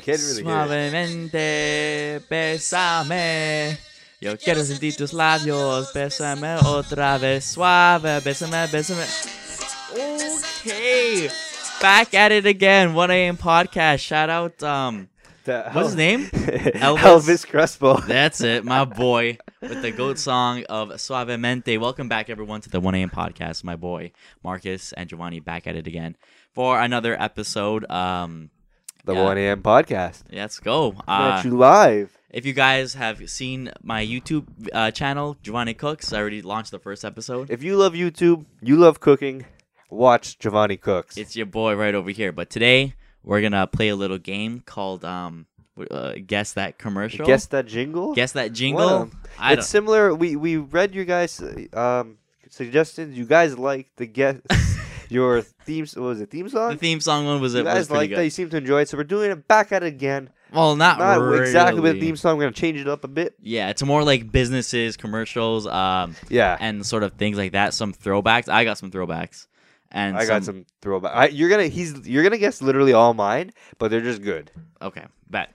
kid really hears. Suavemente, bésame. Yo quiero sentir tus labios, bésame otra vez. Suave, bésame, bésame. Okay. Back at it again. 1 a.m. podcast. Shout out, um, The- what's his name? Oh. Elvis, Elvis. Crespo. That's it, my boy, with the goat song of Suavemente. Welcome back, everyone, to the 1 a.m. podcast. My boy, Marcus and Giovanni, back at it again for another episode. Um, The Yeah. 1 a.m. podcast. let's go. Coming Uh, at you live. If you guys have seen my YouTube uh, channel, Giovanni Cooks, I already launched the first episode. If you love YouTube, you love cooking, watch Giovanni Cooks. It's your boy right over here. But today we're gonna play a little game called um, w- uh, guess that commercial. Guess that jingle? Guess that Wow. jingle. I it's similar. We we read your guys' um, suggestions. You guys like the guess your themes. What was it theme don't. The song? theme song one was you it was guys pretty like that. You good. seem to enjoy it, so we're doing it back at it again. Well, not, Not exactly with the really. theme song. We're gonna change it up a bit. Yeah, it's more like businesses, commercials, um, Yeah, and sort of things like that. Some throwbacks. I got some throwbacks, and I got some throwback. I, you're gonna he's you're gonna guess literally all mine, but they're just good. Okay, bet.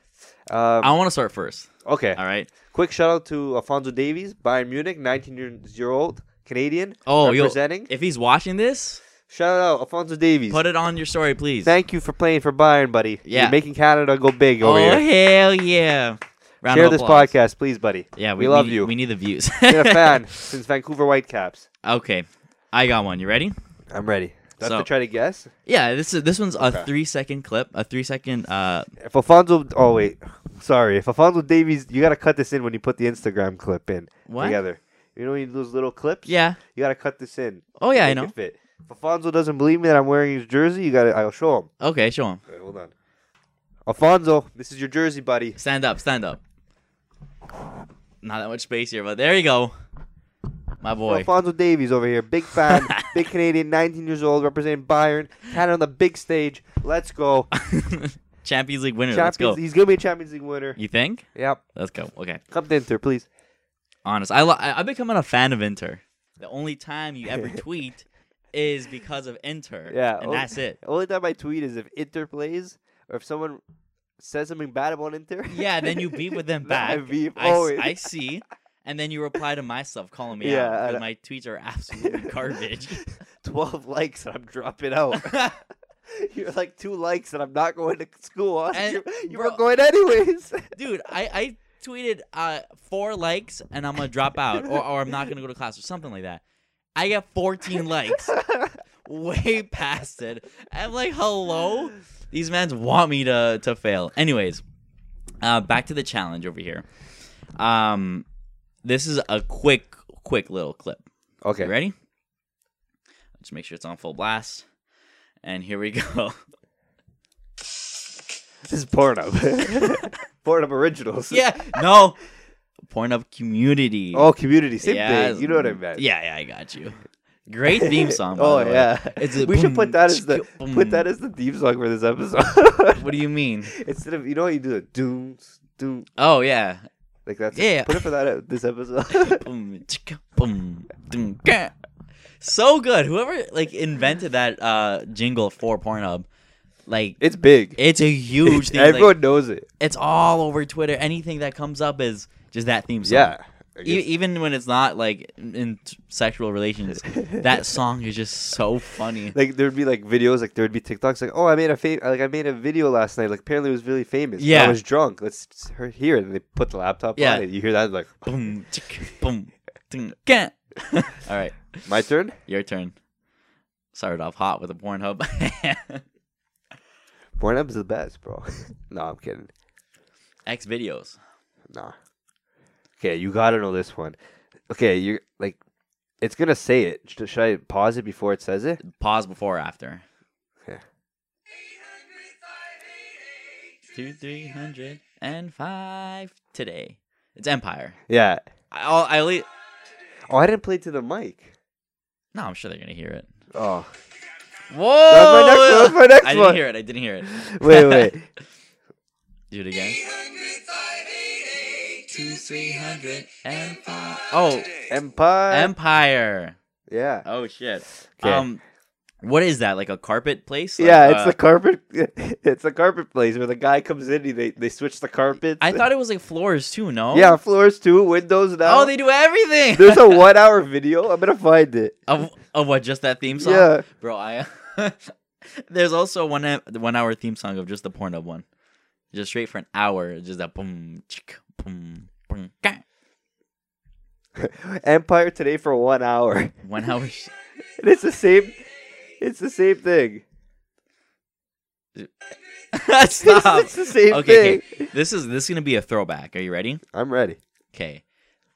Um, I want to start first. okay, All right. quick shout out to Alfonso Davies, Bayern Munich, 19 years- year old Canadian. Oh, yo, representing. if he's watching this, Shout out Alfonso Davies. Put it on your story, please. Thank you for playing for Bayern, buddy. Yeah. You're making Canada go big oh over here. hell yeah! Round Share of this applause. podcast, please, buddy. Yeah, we, love need- you. We need the views. Been a fan since Vancouver Whitecaps. okay, I got one. You ready? I'm ready. That's So- to try to guess. Yeah. This is this one's Okay. a three second clip. A three second. Uh, If Alfonso, oh wait, sorry. If Alfonso Davies, you gotta cut this in when you put the Instagram clip in What? together. You know when you those little clips. yeah. You gotta cut this in. Oh yeah, I Make it know. Fit. If Alfonso doesn't believe me that I'm wearing his jersey, you gotta. I'll show him. Okay, show him. Wait, hold on. Alfonso, this is your jersey, buddy. Stand up. Stand up. Not that much space here, but there you go, my boy. Alfonso Davies over here, big fan, big Canadian, 19 years old, representing Bayern, Canada on the big stage. Let's go. Champions League winner. Let's Champions, go. he's gonna be a Champions League winner. You think? Yep, Let's go. Okay. come to Inter, please. Honest, I lo- I- I've becoming a fan of Inter. The only time you ever tweet is because of Inter. Yeah, and oh. that's it. Only time I tweet is if Inter plays or if someone says something bad about Inter. Yeah, then you beef with them Then I Oh, back. beef I, s- always. I see. And then you reply to my stuff calling me Yeah, out I because know. my tweets are absolute garbage. 12 likes and I'm dropping out. You're like two likes and I'm not going to school. huh? And, you you bro- were going anyways. Dude, I, I tweeted uh, four likes and I'm going to drop out or, or I'm not going to go to class or something like that. I get 14 likes, way past it. I'm like, hello? These mans want me to, to fail. Anyways, uh, back to the challenge over here. Um, this is a quick, quick little clip. okay. You ready? Just make sure it's on full blast. And here we go. This is Pornhub. Pornhub Originals. yeah. No. Pornhub community. Oh, community. Same Yes. thing. You know what I meant. Yeah, yeah, I got you. Great theme song. by oh the way. yeah. It's a we should put boom, that as the chicka, boom. put that as the theme song for this episode. What do you mean? Instead of you know what you do the doom doom Oh yeah. like that's Yeah. Put it for that uh, this episode. Boom, chicka, boom, doom, gah. so good. Whoever like invented that uh jingle for Pornhub, like it's big. it's a huge It's- thing. like, Everyone knows it. it's all over Twitter. Anything that comes up is just that theme song. Yeah. I E- guess- even when it's not like in- in t- sexual relations, that song is just so funny. Like there'd be like videos, like there'd be TikToks, like oh I made a fam- like I made a video last night, like apparently it was really famous. Yeah. I was drunk. Let's s- her- hear it. And they put the laptop Yeah. on it. You hear that like boom, tick, boom, ding, gah. All right, my turn. your turn. Started off hot with a Pornhub. Pornhub's the best, bro. no, I'm kidding. X videos. Nah. Okay, you gotta know this one. Okay, you're like, it's gonna say it. Sh- Should I pause it before it says it? Pause before or after. Okay. Two, three hundred and five today. It's Empire. Yeah. I, I'll, I only. Oh, I didn't play to the mic. No, I'm sure they're gonna hear it. Oh, Whoa! next one, that's my next Oh, one. I didn't hear it. I didn't hear it. wait, wait. Do it again. Two, three hundred and five. Oh, Empire. Empire. yeah. Oh shit. Okay. Um, What is that? Like a carpet place? Like, yeah, it's uh, the carpet. It's the carpet place where the guy comes in. He, they they switch the carpets. I thought it was like floors too. No. Yeah, floors too, windows now. Oh, they do everything. There's a one hour video. I'm gonna find it. of of what? Just that theme song? Yeah. bro. I there's also one the one hour theme song of just the Pornhub one, just straight for an hour. Just that boom, chick, boom, boom, ka. Empire today for one hour. And one hour. it's the same. It's the same thing. It's, Stop. it's the same Okay, thing. okay. This is this is gonna be a throwback. Are you ready? I'm ready. Okay.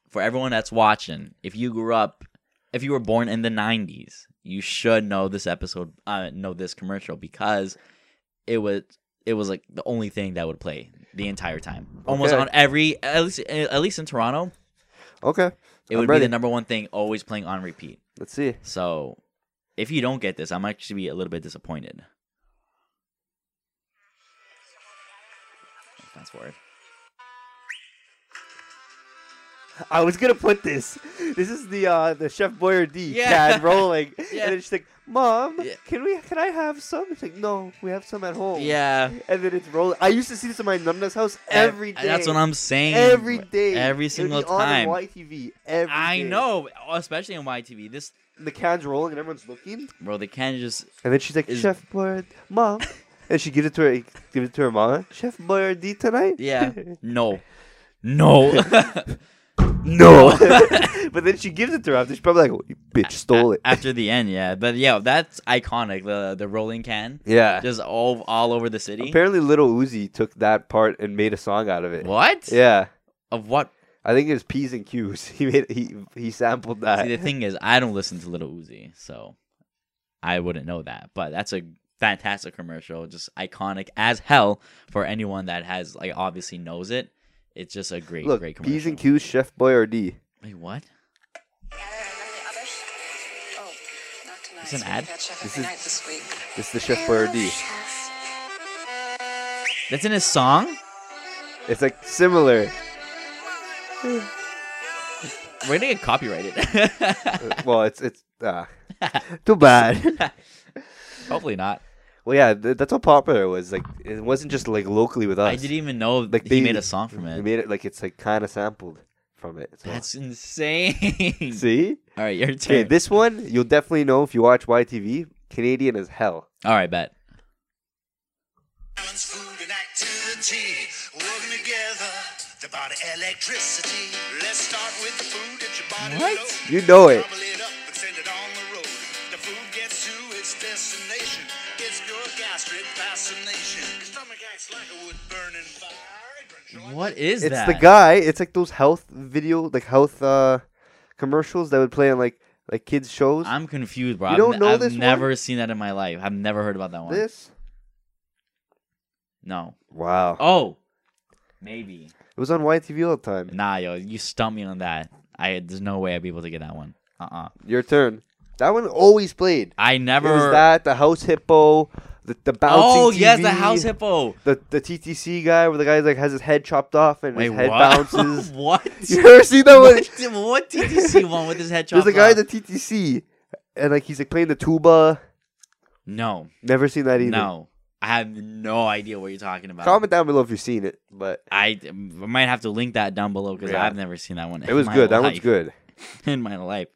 For everyone that's watching, if you grew up, if you were born in the 90s, you should know this episode, uh, know this commercial because it was it was like the only thing that would play the entire time. Almost Okay. on every at least at least in Toronto, Okay. it I'm would be ready. the number one thing always playing on repeat. Let's see. So, if you don't get this, I might actually be a little bit disappointed. Fast forward. I was gonna put this. This is the uh the Chef Boyardee Yeah. can rolling, Yeah. and then she's like, "Mom, Yeah. can we? Can I have some?" It's like, "No, we have some at home." Yeah. And then it's rolling. I used to see this in my nana's house every day. uh, That's what I'm saying. Every day, Every single it would be time. on YTV. Every I day. know, especially on YTV. This the cans rolling and everyone's looking. bro, they can't just And then she's like, Is- "Chef Boyardee, mom," and she gives it to her, gives it to her mom. Chef Boyardee tonight. yeah. No, no. Oh. no. but then she gives it to her after. She's probably like, oh, "You bitch, stole it." After the end, yeah. But yeah, that's iconic. The the rolling can yeah. just all all over the city. Apparently, Little Uzi took that part and made a song out of it. What? Yeah, Of what? I think it was P's and Q's. He made he he sampled that. See, the thing is, I don't listen to Little Uzi, so I wouldn't know that. But that's a fantastic commercial, just iconic as hell for anyone that has like obviously knows it. It's just a great, Look, great commercial. P's and Q's, Chef Boyardee. Wait, what? Oh, not tonight. It's an ad? That chef This every is- night this week. It's the Chef Boyardee. That's in his song. It's like similar. We're gonna get copyrighted. well, it's it's ah, too bad. Hopefully not. well, yeah, th- that's how popular it was. Like, it wasn't just like locally with us. I didn't even know Like, he they- made a song from They it. made it like it's like kind of sampled from it. so- That's insane. see. All right, your turn. Okay, this one you'll definitely know if you watch YTV. Canadian as hell. All right, bet. Balance food and activity working together. The body electricity. Let's start with the food that your body What? loads. You know it. Gobble it up and send it on the road. The food gets to its destination. It's pure gastric fascination. Your stomach acts like a wood burning fire. It burns you like What is it's that? the guy. It's like those health video, like health uh, commercials that would play on like like kids shows. I'm confused, bro. You I've don't ne- know I've this one? never seen that in my life. I've never heard about that one. this. No. Wow. Oh, maybe. It was on YTV all the time. Nah, yo, you stumped me on that. I there's no way I'd be able to get that one. Uh uh Your turn. That one always played. I never. It was that the house hippo, the, the bouncing. oh yes, the TV, house hippo. The the TTC guy where the guy like has his head chopped off and Wait, his head what? bounces. what? you ever see that one? what? What TTC one with his head chopped There's a guy off? at the TTC, and like he's like playing the tuba. No, Never seen that either. no. I have no idea what you're talking about. Comment down below if you've seen it, but I I might have to link that down below because Yeah. I've never seen that one. it was good. That one's good. in my life.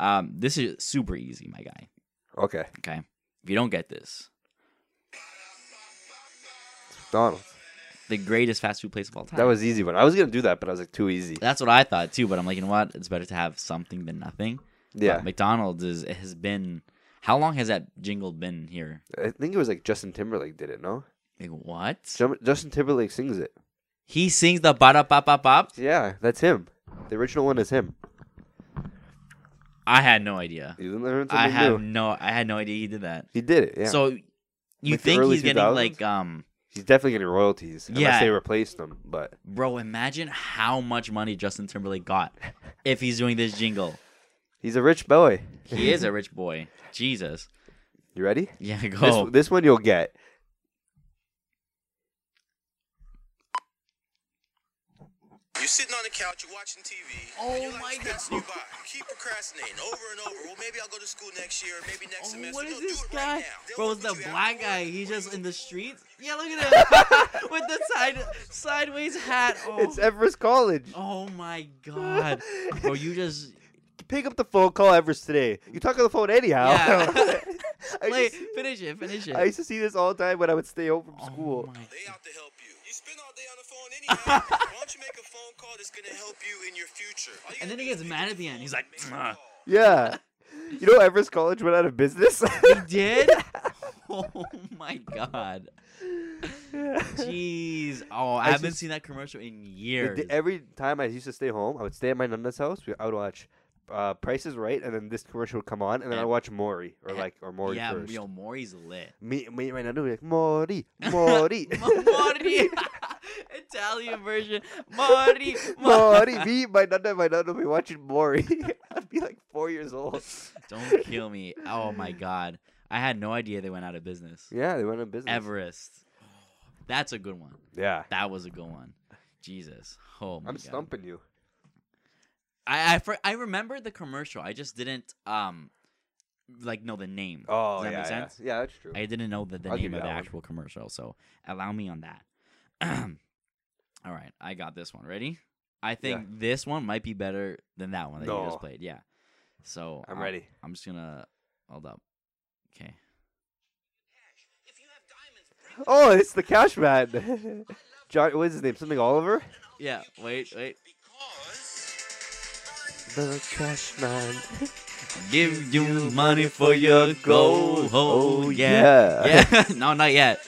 Um, this is super easy, my guy. Okay, Okay, if you don't get this, Donald. the greatest fast food place of all time. That was easy one. I was gonna do that, but I was like too easy. That's what I thought too. But I'm like, you know what? It's better to have something than nothing. Yeah, But McDonald's is it has been. How long has that jingle been here? I think it was like Justin Timberlake did it. No, Like what? Jum- Justin Timberlake sings it. He sings the ba da pop pop pop. Yeah, that's him. The original one is him. I had no idea. You didn't learn something I have new. no. I had no idea he did that. He did it. Yeah, so So you Like the think early he's getting 2000s? like um he's definitely getting royalties unless Yeah. they replaced him. But bro, imagine how much money Justin Timberlake got if he's doing this jingle. he's a rich boy. He is a rich boy. Jesus. You ready? Yeah, go. This this one you'll get. You're sitting on the couch, you're watching TV. and you Oh like my passing you by. You keep procrastinating over and over. Well, maybe I'll go to school next year, maybe next Oh, semester. what no, is do this it guy? Right now. They'll Bro, look it's at the you after black work. guy. He's just in the streets. Yeah, look at him with the side sideways hat. Oh, It's Everest College. oh my god, bro, you just Pick up the phone, call Everest today. You talk on the phone anyhow. Yeah. I, play. used, Finish it. Finish I it. used to see this all the time when I would stay home from Oh school. my- They out to help you. You spend all day on the phone anyhow. Why don't you make a phone call that's gonna help you in your future? All you And then gotta he do is gets pick mad up at the end. phone He's and like, make the "Mwah." call. Yeah. You know Everest College went out of business? He did? Oh my god. Jeez. Oh, I, I haven't just- seen that commercial in The years. d- Every time I used to stay home, I would stay at my nana's house. We, I would watch uh, Price is Right, and then this commercial would come on, and then I And- would watch Maury or and- like or Maury yeah, first. yo, Maury's lit. Me, me, and my nana would be like Maury, Maury, Maury. Italian version. Maury. Maury. Me, my nana, and my nana would be watching Maury. I'd be like four years old. Don't kill me. Oh my god. I had no idea they went out of business. Yeah, they went out of business. Everest. That's a good one. Yeah, That was a good one. Jesus. Oh my I'm god. stumping you. I I, fr- I remember the commercial. I just didn't um like know the name. Oh, Does that yeah, make sense? yeah, yeah, that's true. I didn't know the, the I'll give name you of the that one. actual commercial, so allow me on that. All right, I got this one. Ready? I think this one might be better than that one that you No. just played. Yeah. So I'm uh, ready. I'm just gonna hold up. Okay. Oh, it's the Cash Man. John, what is his name? Something Oliver? Yeah. Wait. Wait. The Cash Man. Give you money for your gold. gold. Oh, Oh yeah. yeah. Yeah. no, not yet.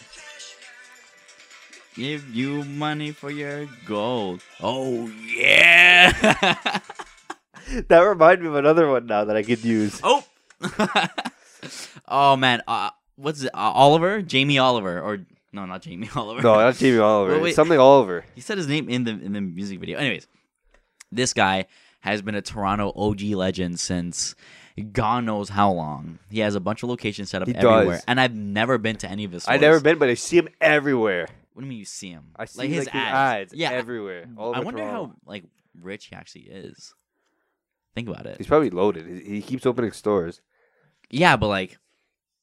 Give you money for your gold. Oh yeah. That reminded me of another one now that I could use. Oh. oh man, uh, what's it? Uh, Oliver, Jamie Oliver, or no, not Jamie Oliver. No, not Jamie Oliver. Wait, It's wait. Something Oliver. he said his name in the in the music video. Anyways, this guy has been a Toronto OG legend since God knows how long. He has a bunch of locations set up He everywhere, does. and I've never been to any of his. I've stores. never been, but I see him everywhere. What do you mean you see him? I see like his, ads. Yeah, everywhere. All I over wonder Toronto. how like rich he actually is. Think about it. He's probably loaded. He, he keeps opening stores. Yeah, but like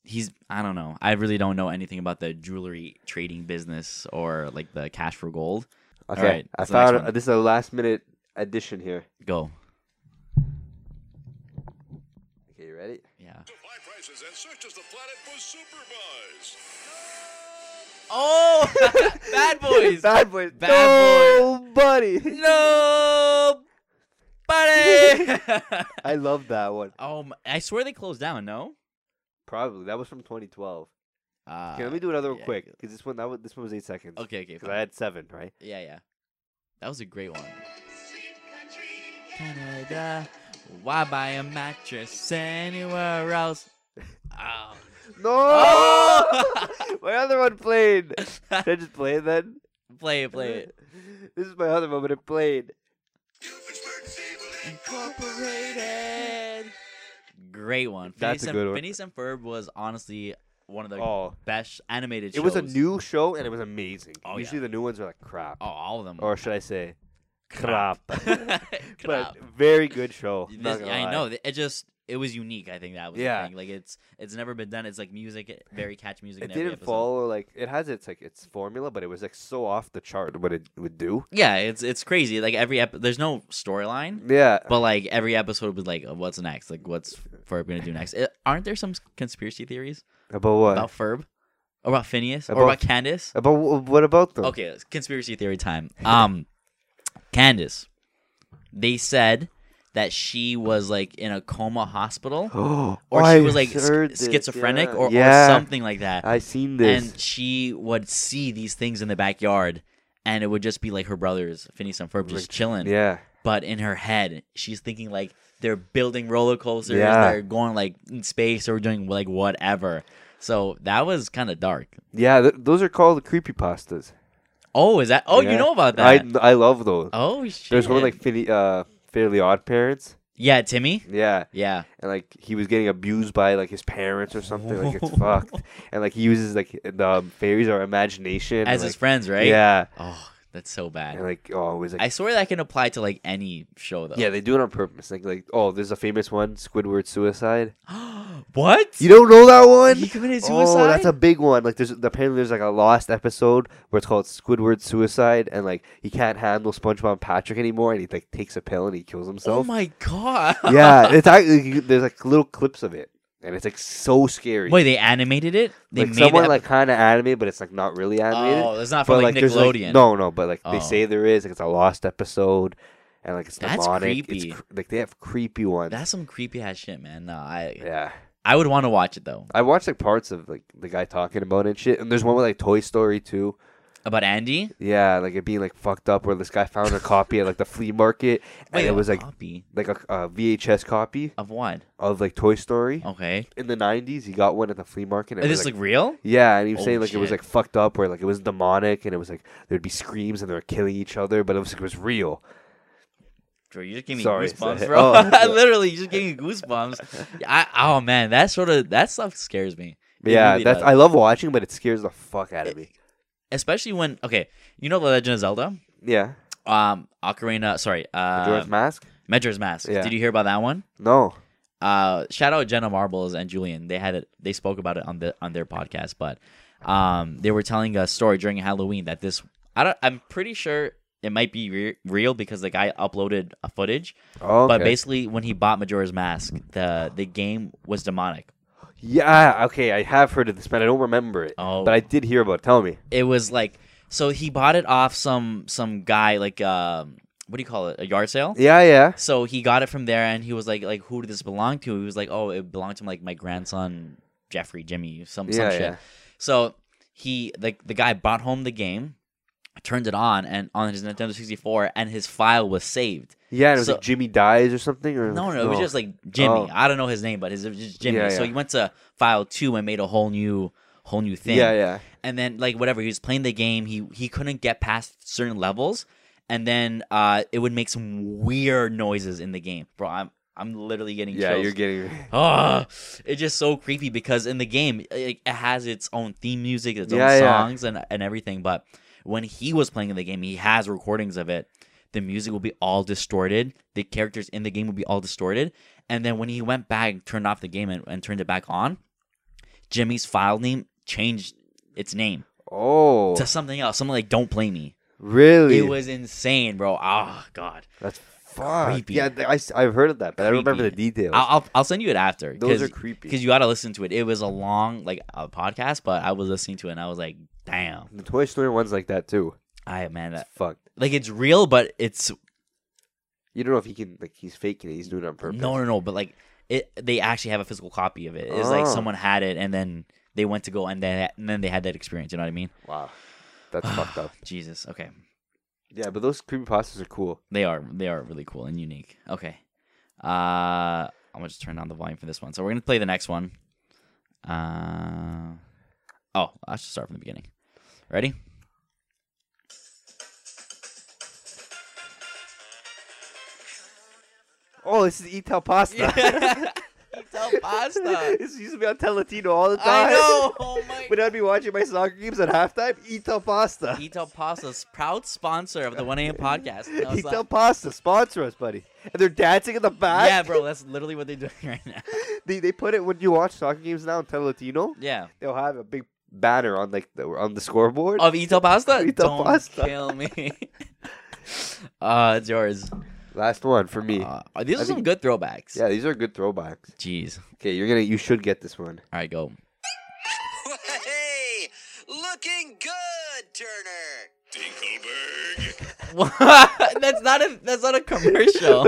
he's I don't know. I really don't know anything about the jewelry trading business or like the cash for gold. Okay, right, I what's the next found one? this is a last minute addition here. Go. Okay, you ready? Yeah. To high prices and searches the planet for super buys. Oh, bad boys. Bad boys. Bad boys. no, buddy. no. Buddy. I love that one. um I swear they closed down, no? Probably that was from 2012. Uh, Okay, let me do another one yeah, quick yeah. because this one that was, this one was eight seconds. Okay, okay. Because fine. I had seven, right? Yeah, yeah. That was a great one. Canada. Why buy a mattress anywhere else? Oh. No. Oh! my other one played. Did I just play it then? play it, play it. This is my other one, but it played. Incorporated. Great one. That's a Phineas and- good one. Phineas and Ferb was honestly one of the Oh, best animated it shows. was a new show and it was amazing. Oh, Usually yeah. the new ones are like crap, Oh, all of them. or should I say, crap? Crap. But very good show. This- not gonna I lie. know. th- It just it was unique. I think that was Yeah. the thing. Like it's it's never been done. It's like music, eh, very catch music. It in every didn't episode. follow like it has its like its formula, but it was like so off the chart what it would do. Yeah, it's it's crazy. Like every ep- there's no storyline, Mm, Yeah, but like every episode was like, what's next? Like what's Ferb gonna do next? It, aren't there some conspiracy theories? about what? about Ferb, or about Phineas, Uh, About- uh, or about Candace. About wh- what about them? Okay, it's conspiracy theory time. Um, Candace, they said that she was like in a coma hospital, Oh, or I she was like sch- heard this, schizophrenic, yeah. or, yeah, or something like that. I seen this. And she would see these things in the backyard, and it would just be like her brothers, Phineas and Ferb, just chilling. yeah, But in her head, she's thinking like they're building roller coasters, Yeah. they're going like in space, or doing like whatever. So that was kind of dark. yeah. Th- those are called creepy pastas. Oh, is that? Oh, you know about that? I I love those. oh shit. There's one like Fini- uh, Fairly Odd Parents. yeah, Timmy. Yeah, Yeah. and like he was getting abused by like his parents or something. Like it's fucked. And like he uses like the um, fairies or imagination As and, his like- friends, right? Yeah, Oh, That's so bad. And like, oh, always like, I swear that can apply to like any show though. yeah, they do it on purpose. Like, like, oh, there's a famous one, Squidward suicide. what? You don't know that one? He committed Oh, that's suicide? a big one. Like, there's apparently there's like a lost episode where it's called Squidward suicide, and like he can't handle SpongeBob Patrick anymore, and he like takes a pill and he kills Oh himself. my god. yeah, it's actually you- there's like little clips of it, and it's like so scary. Wait, they animated it? They like someone it- like kind of animated, but it's like not really animated. Oh, it's not from like, there's, Nickelodeon. no, no, but like Oh. they say there is. Like it's a lost episode, and like it's That's demonic. creepy. It's cr- like they have creepy ones. That's some creepy ass shit, man. No, I yeah. I would want to watch it though. I watched like parts of like the guy talking about it and shit. And there's one with like Toy Story too. About Andy? Yeah, like it being like fucked up where this guy found a copy at like the flea market, and Wait, um, it was like copy like a, a VHS copy of what? of like Toy Story Okay. in the '90s. He got one at the flea market. and Oh. it Is was, this like real? Yeah, and he was Oh, saying like it was shit. like fucked up, where like it was demonic, and it was like there'd be screams and they were killing each other, but it was like it was real. Drew, you just gave me Sorry, goosebumps, sorry. bro. Oh, I yeah. literally you just gave me goosebumps. I, oh man, that sort of that stuff scares me. It yeah, really that's does. I love watching, but it scares the fuck out of me. Especially when okay, you know the Legend of Zelda, Yeah, um, Ocarina. Sorry, uh, Majora's Mask. Majora's Mask. Yeah. Did you hear about that one? No, uh, shout out Jenna Marbles and Julian. They had it. They spoke about it on the on their podcast, but um, they were telling a story during Halloween that this I don't. I'm pretty sure it might be re- real because the guy uploaded a footage. oh, But okay. basically, when he bought Majora's Mask, the the game was demonic. yeah, okay, I have heard of this, but I don't remember it. Oh. but I did hear about. it. Tell me. It was like so he bought it off some some guy like um what do you call it a yard sale. Yeah, yeah. So he got it from there, and he was like, like who did this belong to? He was like, oh, it belonged to like my grandson Jeffrey, Jimmy, some some Yeah, shit. yeah. So he like the guy brought home the game, turned it on, and on his Nintendo sixty four, and his file was saved. Yeah, and it was So- like Jimmy dies or something. Or No, no, it was just like Jimmy. Mm. Oh. I don't know his name, but his it was just Jimmy. Yeah, So yeah. he went to file two and made a whole new whole new thing. Yeah, yeah. And then like whatever he was playing the game, he he couldn't get past certain levels, and then uh it would make some weird noises in the game, bro. I'm I'm literally getting Yeah, chills. you're getting. Ah, it's just so creepy because in the game it, it has its own theme music, its Yeah, own yeah. songs and and everything. But when he was playing in the game, he has recordings of it. The music will be all distorted. The characters in the game will be all distorted. And then when he went back, turned off the game and, and turned it back on, Jimmy's file name changed its name Oh, to something else, something like "Don't Play Me." really? It was insane, bro. Ah, god. That's fuck. creepy. Yeah, th- I, s- I've heard of that, but I don't remember the Creepy. details. I'll, I'll I'll send you it after. Those are 'cause- creepy. because you got to listen to it. It was a long like a podcast, but I was listening to it and I was like, damn, The Toy Story one's like that too. I man, that, It's fucked. like it's real, but it's You don't know if he can like he's faking it. He's doing it on purpose. no, no, no. But like it, they actually have a physical copy of it. It's like Oh. someone had it and then they went to go and then and then they had that experience. You know what I mean? Wow, that's fucked up. Jesus. Okay, Yeah, but those creepy pastas are cool. they are they are really cool and unique. Okay, uh, I'm gonna just turn down the volume for this one. So we're gonna play the next one. Uh, oh, I should start from the beginning. Ready? Oh, this is Eat Pasta. pasta. this used to be on Teletino all the time. I know. Oh my When I'd be watching my soccer games at halftime, Eat Pasta. Etel Pasta's proud sponsor of the 1 a.m. podcast. And I was Eat like, Pasta, sponsor us, buddy. And they're dancing in the back. yeah, bro, that's literally what they're doing right now. They, they put it when you watch soccer games now on Teletino. Yeah. They'll have a big banner on like the, on the scoreboard. Of Etel Pasta? Etel Don't Pasta. kill me. uh, it's yours. Last one for me. Uh, these I are some think- good throwbacks. yeah, these are good throwbacks. Jeez. Okay, you're gonna you should get this one. All right, go. Hey, looking good, Turner. Dinkelberg. What? that's not a that's not a But commercial.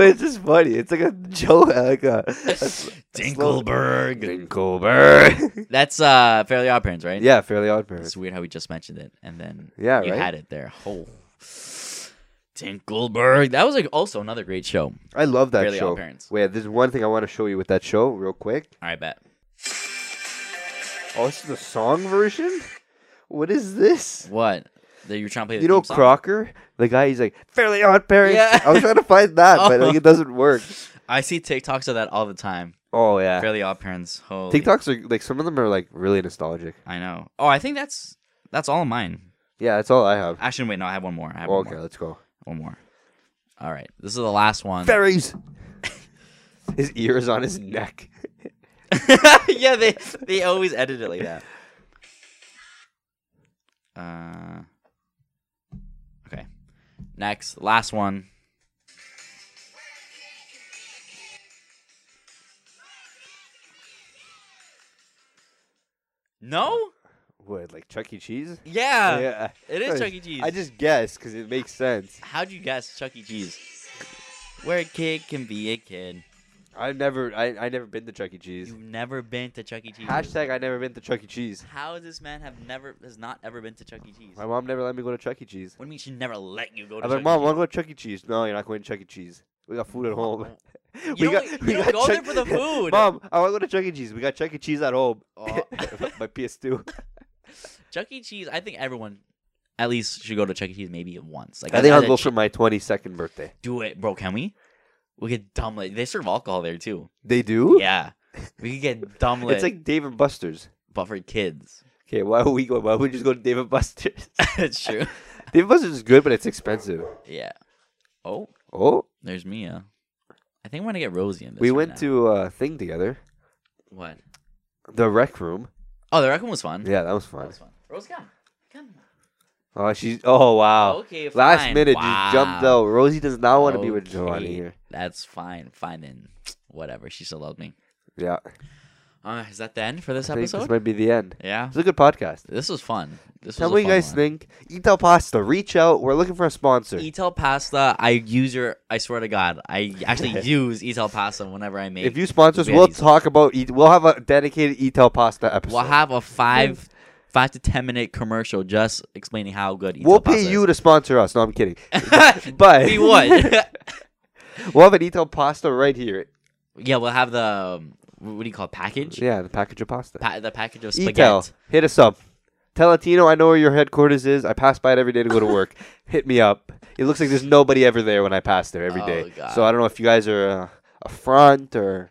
it's just funny. It's like a joke, like a, a s- Dinkelberg. Dinkelberg. That's uh Fairly Odd Parents, right? yeah, Fairly Odd Parents. It's weird how we just mentioned it and then Yeah, you right? had it there. Oh. Dinkelberg. That was like also another great show. All I love that Fairly Odd show. Parents. Wait, there's one thing I want to show you with that show, real quick. right, bet. Oh, this is the song version. What is this? What? That you're trying to play the You know theme song? Crocker, the guy. He's like Fairly Odd Parents. Yeah. I was trying to find that, but Oh. like it doesn't work. I see TikToks of that all the time. Oh yeah, Fairly Odd Parents. Holy. TikToks are like some of them are like really nostalgic. I know. Oh, I think that's that's all of mine. Yeah, that's all I have. Actually, wait, no, I have one more. I have one Okay, more. let's go. One more. All right, this is the last one. Fairies. his ear is on his neck. yeah, they they always edit it like that. Uh, okay. Next, last one. No? What, like Chuck E. Cheese? Yeah. yeah, it is Chuck E. Cheese. I just guessed because it makes sense. How'd you guess Chuck E. Cheese? Where a kid can be a kid. I've never, I, I never been to Chuck E. Cheese. You've never been to Chuck E. Cheese. Hashtag I never been to Chuck E. Cheese. How does this man have never has not ever been to Chuck E. Cheese? My mom never let me go to Chuck E. Cheese. What do you mean she never let you go to I'm like, Chuck E. mom, want to go to Chuck E. Cheese? No, you're not going to Chuck E. Cheese. We got food at home. don't- you don't go there for the food. E. Mom, I want to go to Chuck E. Cheese. We got Chuck E. Cheese at home. Oh. My PS2. Chuck E. Cheese, I think everyone at least should go to Chuck E. Cheese maybe once. Like I think as I'll a go ch- for my 22nd birthday. do it, bro. Can we? We get dumb lit. They serve alcohol there too. They do? Yeah, we could get dumb lit. It's like Dave and Buster's. but for kids. Okay, why would we go? Why would we just go to Dave and Buster's? That's true. Dave and Buster's is good, but it's expensive. Yeah. Oh, Oh, there's Mia. I think I'm gonna get Rosie in this. we right went now. to a thing together, what? the rec room. Oh, the record was fun. Yeah, that was That fun. was fun. Rose, come, come. Oh, she's. Oh wow. Okay, Last fine. minute, just jumped Wow. out. Rosie does not want to be with Giovanni Okay, here. That's fine. Fine then. Whatever. She still loves me. Yeah, Uh, is that the end for this I think this episode? might be the end. yeah. It's a good podcast. This was fun. This Tell was a me what you fun guys one. think. Eat El Pasta. Reach out. We're looking for a sponsor. Etel pasta. I use your. I swear to God, I actually use Etel pasta whenever I make. if you sponsor us, Yeah, we'll easy. talk about. Eat, we'll have a dedicated Eat El Pasta episode. we'll have a five, five to ten minute commercial just explaining how good. Etel We'll pasta pay you is. to sponsor us. No, I'm kidding. but we would. we'll have an Eat El Pasta right here. yeah, we'll have the um, what do you call it, package? Yeah, the package of pasta. Pa- the package of spaghetti. Etel, hit us up. Tell Latino, I know where your headquarters is. I pass by it every day to go to work. hit me up. It looks like there's nobody ever there when I pass there every Oh, day. God. So I don't know if you guys are uh, a front or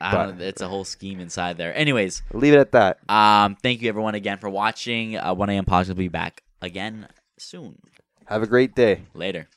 I don't know, it's a whole scheme inside there. Anyways, leave it at that. um, thank you everyone again for watching. Uh, One AM Podcast will be back again soon. Have a great day. Later.